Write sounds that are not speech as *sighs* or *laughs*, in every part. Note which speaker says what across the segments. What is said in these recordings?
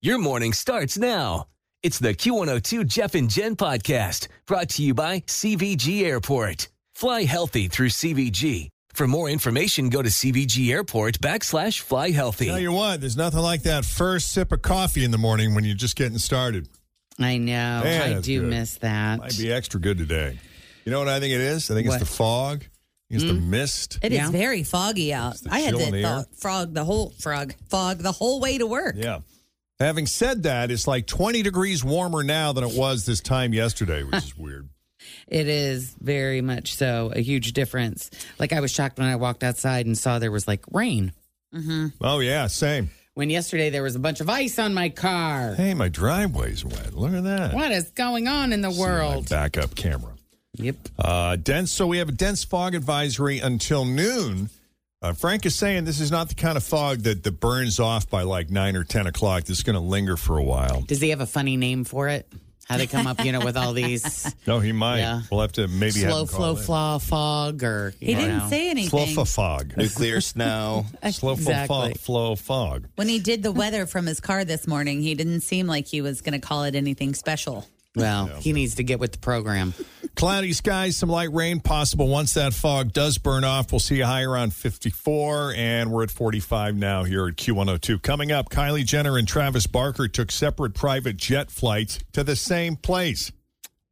Speaker 1: Your morning starts now. It's the Q102 Jeff and Jen podcast brought to you by CVG Airport. Fly healthy through CVG. For more information, go to CVG Airport backslash fly
Speaker 2: Tell
Speaker 1: healthy.
Speaker 2: you what, there's nothing like that first sip of coffee in the morning when you're just getting started.
Speaker 3: I know.
Speaker 2: Yeah,
Speaker 3: I
Speaker 2: that's
Speaker 3: do
Speaker 2: good.
Speaker 3: miss that.
Speaker 2: Might be extra good today. You know what I think it is? I think
Speaker 3: What?
Speaker 2: it's the fog. I think it's the mist.
Speaker 4: It is
Speaker 3: Yeah.
Speaker 4: very foggy out.
Speaker 2: the
Speaker 4: Hmm? I had
Speaker 2: chill
Speaker 4: to
Speaker 2: in the air.
Speaker 4: thaw- frog the whole frog fog the whole way to work.
Speaker 2: Yeah. Having said that, it's like 20 degrees warmer now than it was this time yesterday, which is
Speaker 4: *laughs*
Speaker 2: weird.
Speaker 3: It is very much so a huge difference. Like I was shocked when I walked outside and saw there was like rain.
Speaker 2: Oh yeah, same.
Speaker 3: When yesterday there was a bunch of ice on my car.
Speaker 2: Hey, my driveway's wet. Look at that.
Speaker 3: What is going on in the
Speaker 2: See my
Speaker 3: world?
Speaker 2: Backup camera.
Speaker 3: Yep.
Speaker 2: Uh, dense. So we have a dense fog advisory until noon. Uh, Frank is saying this is not the kind of fog that, that burns off by like nine or ten o'clock. This is going to linger for a while.
Speaker 3: Does he have a funny name for it? How they come up, you know, with
Speaker 2: *laughs*
Speaker 3: all these
Speaker 2: No, he might.
Speaker 3: Yeah.
Speaker 2: We'll have to maybe have
Speaker 3: slow
Speaker 2: him call
Speaker 3: flow
Speaker 2: in.
Speaker 3: flaw fog or you
Speaker 4: He didn't
Speaker 3: know.
Speaker 4: say anything.
Speaker 2: Slow fog.
Speaker 5: nuclear snow.
Speaker 2: *laughs* Slow
Speaker 3: Exactly.
Speaker 2: fog. Flow fog.
Speaker 4: when he *laughs* did the weather from his car this morning, he didn't seem like he was going to call it anything special.
Speaker 3: Well, he needs to get with the program.
Speaker 2: Cloudy skies, some light rain possible. Once that fog does burn off, we'll see a high around 54, and we're at 45 now here at Q102. Coming up, Kylie Jenner and Travis Barker took separate private jet flights to the same place.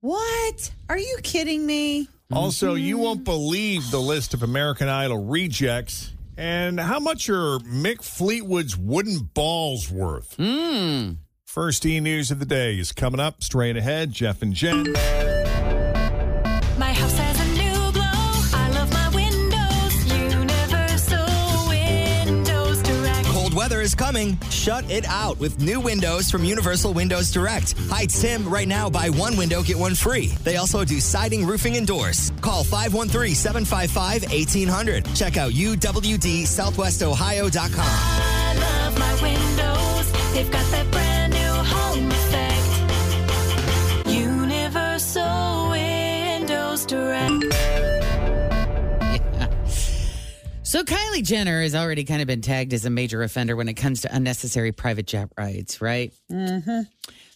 Speaker 4: What? Are you kidding me?
Speaker 2: Also, you won't believe the list of American Idol rejects and how much are Mick Fleetwood's wooden balls worth. First e news of the day is coming up straight ahead. Jeff and Jen.
Speaker 6: My house has a new glow. I love my windows. Universal Windows Direct.
Speaker 5: Cold weather is coming. Shut it out with new windows from Universal Windows Direct. Hi, Tim. Right now, buy one window, get one free. They also do siding, roofing, and doors. Call 513 755 1800. Check out uwdsouthwestohio.com.
Speaker 6: I love my windows. They've got that brand new home effect. Universal Windows Direct.
Speaker 3: *laughs* So Kylie Jenner has already kind of been tagged as a major offender when it comes to unnecessary private jet rides, right? Mm-hmm.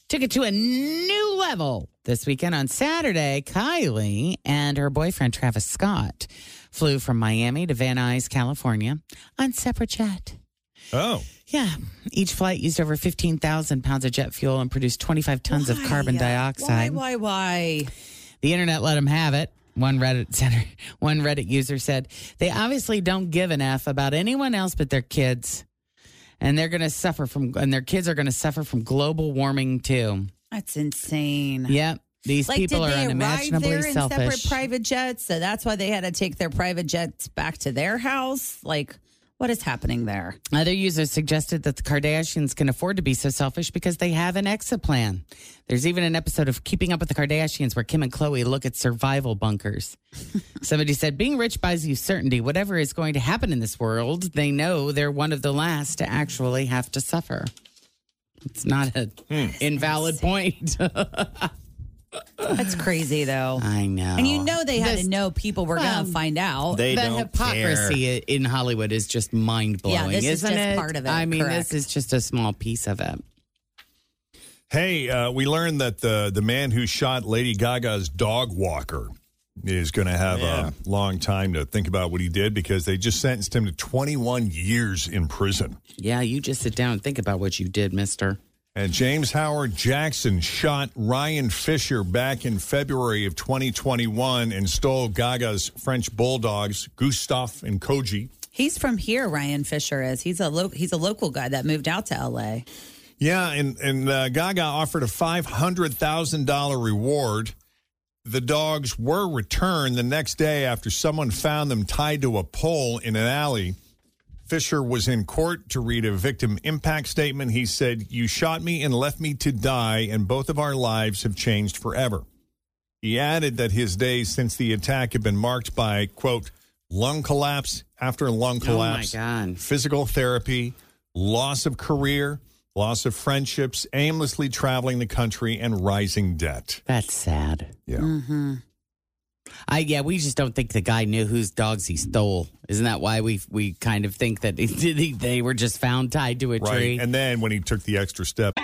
Speaker 3: Took it to a new level this weekend on Saturday. Kylie and her boyfriend Travis Scott flew from Miami to Van Nuys, California, on separate jet.
Speaker 2: Oh,
Speaker 3: Yeah, each flight used over fifteen thousand pounds of jet fuel and produced twenty-five tons of carbon dioxide.
Speaker 4: uh, Why? Why? Why?
Speaker 3: The internet let them have it. One Reddit *laughs* center, one Reddit user said, "They obviously don't give an f about anyone else but their kids, and they're going to suffer from, and their kids are going to suffer from global warming too."
Speaker 4: That's insane.
Speaker 3: Yep, these
Speaker 4: Like,
Speaker 3: people
Speaker 4: did
Speaker 3: are
Speaker 4: they arrive
Speaker 3: unimaginably
Speaker 4: there in separate
Speaker 3: selfish.
Speaker 4: private jets? So that's why they had to take their private jets back to their house. Like, what is happening there?
Speaker 3: Other users suggested that the Kardashians can afford to be so selfish because they have an exit plan. There's even an episode of Keeping Up with the Kardashians where Kim and Chloe look at survival
Speaker 4: *laughs*
Speaker 3: bunkers. Somebody said, Being rich buys you certainty. Whatever is going to happen in this world, they know they're one of the last to actually have to suffer. It's not an
Speaker 5: Hmm.
Speaker 4: *laughs*
Speaker 3: invalid point.
Speaker 4: *sighs* That's crazy, though.
Speaker 3: I know.
Speaker 4: And you know they had
Speaker 3: This-
Speaker 4: to know people were going
Speaker 3: Well,
Speaker 4: to find out.
Speaker 5: They
Speaker 3: the
Speaker 5: don't
Speaker 3: hypocrisy
Speaker 5: care.
Speaker 3: in Hollywood is just mind blowing,
Speaker 4: Yeah, this is
Speaker 3: isn't
Speaker 4: just
Speaker 3: it?
Speaker 4: part of it,
Speaker 3: I mean,
Speaker 4: correct.
Speaker 3: this is just a small piece of it.
Speaker 2: hey, uh, we learned that the the man who shot Lady Gaga's dog walker is going to have a long time to think about what he did because they just sentenced him to 21 years in prison.
Speaker 3: Yeah, you just sit down and think about what you did, mister.
Speaker 2: And James Howard Jackson shot Ryan Fisher back in February of 2021 and stole Gaga's French bulldogs, Gustav and Koji.
Speaker 4: He's from here. Ryan Fisher is. He's a lo- he's a local guy that moved out to L.A.
Speaker 2: Yeah, and and uh, Gaga offered a five hundred thousand dollar reward. The dogs were returned the next day after someone found them tied to a pole in an alley. Fisher was in court to read a victim impact statement. He said, "You shot me and left me to die, and both of our lives have changed forever." He added that his days since the attack have been marked by quote lung collapse after lung
Speaker 3: Oh, my
Speaker 2: collapse
Speaker 3: God.
Speaker 2: physical therapy, loss of career, loss of friendships, aimlessly traveling the country, and rising debt.
Speaker 3: That's sad.
Speaker 2: Yeah.
Speaker 3: I yeah, we just don't think the guy knew whose dogs he stole. Isn't that why we we kind of think that *laughs* they were just found tied to a tree?
Speaker 2: Right. And then when he took the extra step,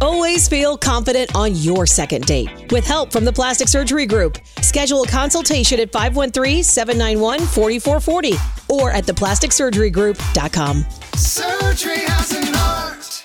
Speaker 7: Always feel confident on your second date. With help from the Plastic Surgery Group, schedule a consultation at 513 791 4440 or at theplasticsurgerygroup.com.
Speaker 8: Surgery has an art.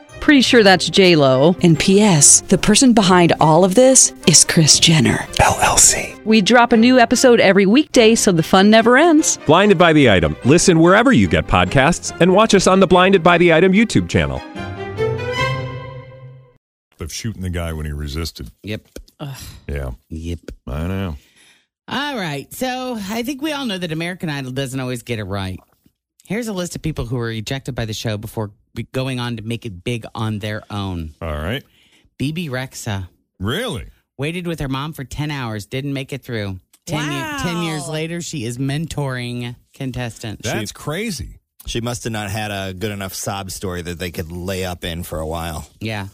Speaker 9: Pretty sure that's J Lo.
Speaker 10: And P.S. The person behind all of this is Chris Jenner.
Speaker 11: LLC.
Speaker 9: We drop a new episode every weekday, so the fun never ends.
Speaker 11: Blinded by the item. Listen wherever you get podcasts, and watch us on the Blinded by the Item YouTube channel.
Speaker 2: of shooting the guy when he resisted.
Speaker 3: Yep.
Speaker 2: Yeah.
Speaker 3: Yep.
Speaker 2: I know.
Speaker 3: All right. So I think we all know that American Idol doesn't always get it right. Here's a list of people who were ejected by the show before be- going on to make it big on their own.
Speaker 2: All right.
Speaker 3: BB Rexa
Speaker 2: Really?
Speaker 3: waited with her mom for 10 hours, didn't make it through. 10, year- 10 years later, she is mentoring contestants.
Speaker 2: That's crazy.
Speaker 5: She must have not had a good enough sob story that they could lay up in for a while.
Speaker 3: yeah.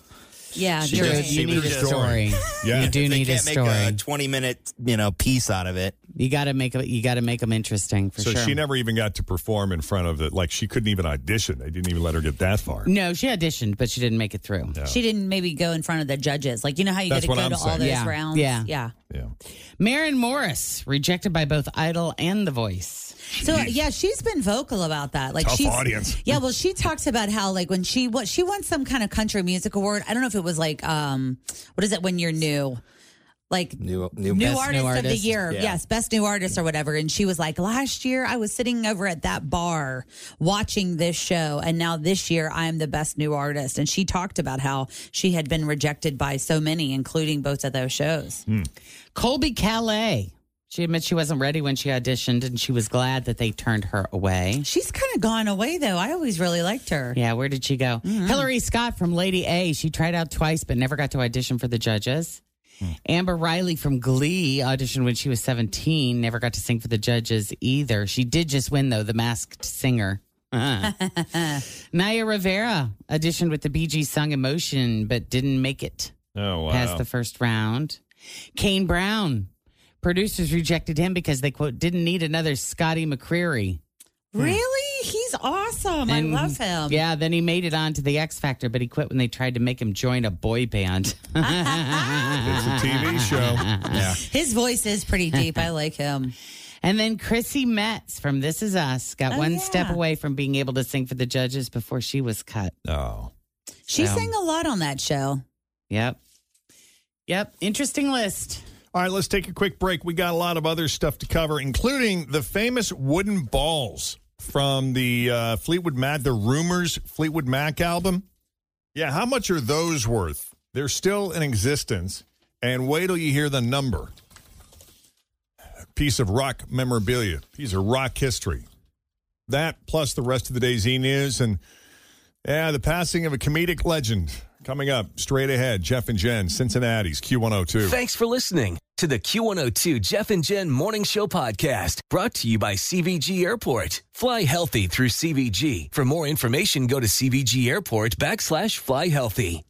Speaker 4: Yeah,
Speaker 5: She
Speaker 4: you're
Speaker 5: just-
Speaker 4: right.
Speaker 5: she
Speaker 3: you need a
Speaker 5: was just-
Speaker 3: story.
Speaker 2: Yeah.
Speaker 3: You do
Speaker 5: They
Speaker 3: need a
Speaker 5: can't make
Speaker 3: story.
Speaker 5: a 20 minute, you know, piece out of it.
Speaker 3: you got to make a, you got to make them interesting for
Speaker 2: so
Speaker 3: sure.
Speaker 2: she never even got to perform in front of it. Like she couldn't even audition. They didn't even let her get that far.
Speaker 3: no, she auditioned, but she didn't make it through.
Speaker 4: She didn't maybe go in front of the judges. Like you know how you got
Speaker 2: That's
Speaker 4: to
Speaker 2: what
Speaker 4: go
Speaker 2: I'm
Speaker 4: to all
Speaker 2: saying.
Speaker 4: those
Speaker 3: Yeah,
Speaker 4: rounds.
Speaker 3: yeah.
Speaker 4: yeah.
Speaker 2: Yeah.
Speaker 3: Marin Morris rejected by both Idol and The Voice.
Speaker 4: So uh, yeah, she's been vocal about that. Like
Speaker 2: Tough
Speaker 4: she's
Speaker 2: audience.
Speaker 4: Yeah, well, she talks about how like when she what she won some kind of country music award. I don't know if it was like um what is it when you're new, like
Speaker 5: New, new,
Speaker 4: new
Speaker 3: Best
Speaker 4: artist,
Speaker 3: New
Speaker 4: of the
Speaker 3: Artist.
Speaker 4: year.
Speaker 5: Yeah.
Speaker 4: Yes, best new artist or whatever. And she was like, last year I was sitting over at that bar watching this show, and now this year I am the best new artist. And she talked about how she had been rejected by so many, including both of those shows.
Speaker 3: Colby Calais. She admits she wasn't ready when she auditioned and she was glad that they turned her away.
Speaker 4: She's kind of gone away though. I always really liked her.
Speaker 3: Yeah, where did she go? Hillary Scott from Lady A. She tried out twice but never got to audition for the judges. Amber Riley from Glee auditioned when she was 17, never got to sing for the judges either. She did just win, though, The Masked Singer. Uh-huh. Naya Rivera auditioned with the Bee Gees song Emotion but didn't make it.
Speaker 2: Oh, wow.
Speaker 3: past the first round. Kane Brown. Producers rejected him because they, quote, didn't need another Scotty McCreery.
Speaker 4: Really? He's awesome.
Speaker 3: And-
Speaker 4: I love him.
Speaker 3: Yeah, then he made it on to the X Factor, but he quit when they tried to make him join a boy band.
Speaker 2: it's a
Speaker 3: *laughs*
Speaker 2: TV show.
Speaker 5: Yeah.
Speaker 4: His voice is pretty deep. I
Speaker 3: *laughs*
Speaker 4: like him.
Speaker 3: and then Chrissy Metz from This Is Us got
Speaker 4: Oh,
Speaker 3: one step
Speaker 4: yeah.
Speaker 3: away from being able to sing for the judges before she was cut.
Speaker 2: Oh.
Speaker 4: She
Speaker 3: So-
Speaker 4: sang a lot on that show.
Speaker 3: Yep. Yep. Interesting list.
Speaker 2: All right, let's take a quick break. We got a lot of other stuff to cover, including the famous wooden balls from the uh, Fleetwood Mac, the Rumors Fleetwood Mac album. Yeah, how much are those worth? They're still in existence, and wait till you hear the number. Piece of rock memorabilia, piece of rock history. That plus the rest of the day's e news and yeah, the passing of a comedic legend coming up straight ahead. Jeff and Jen, Cincinnati's Q102.
Speaker 1: Thanks for listening to the Q102 Jeff and Jen Morning Show podcast brought to you by CVG Airport. Fly healthy through CVG. For more information, go to CVG Airport backslash fly healthy.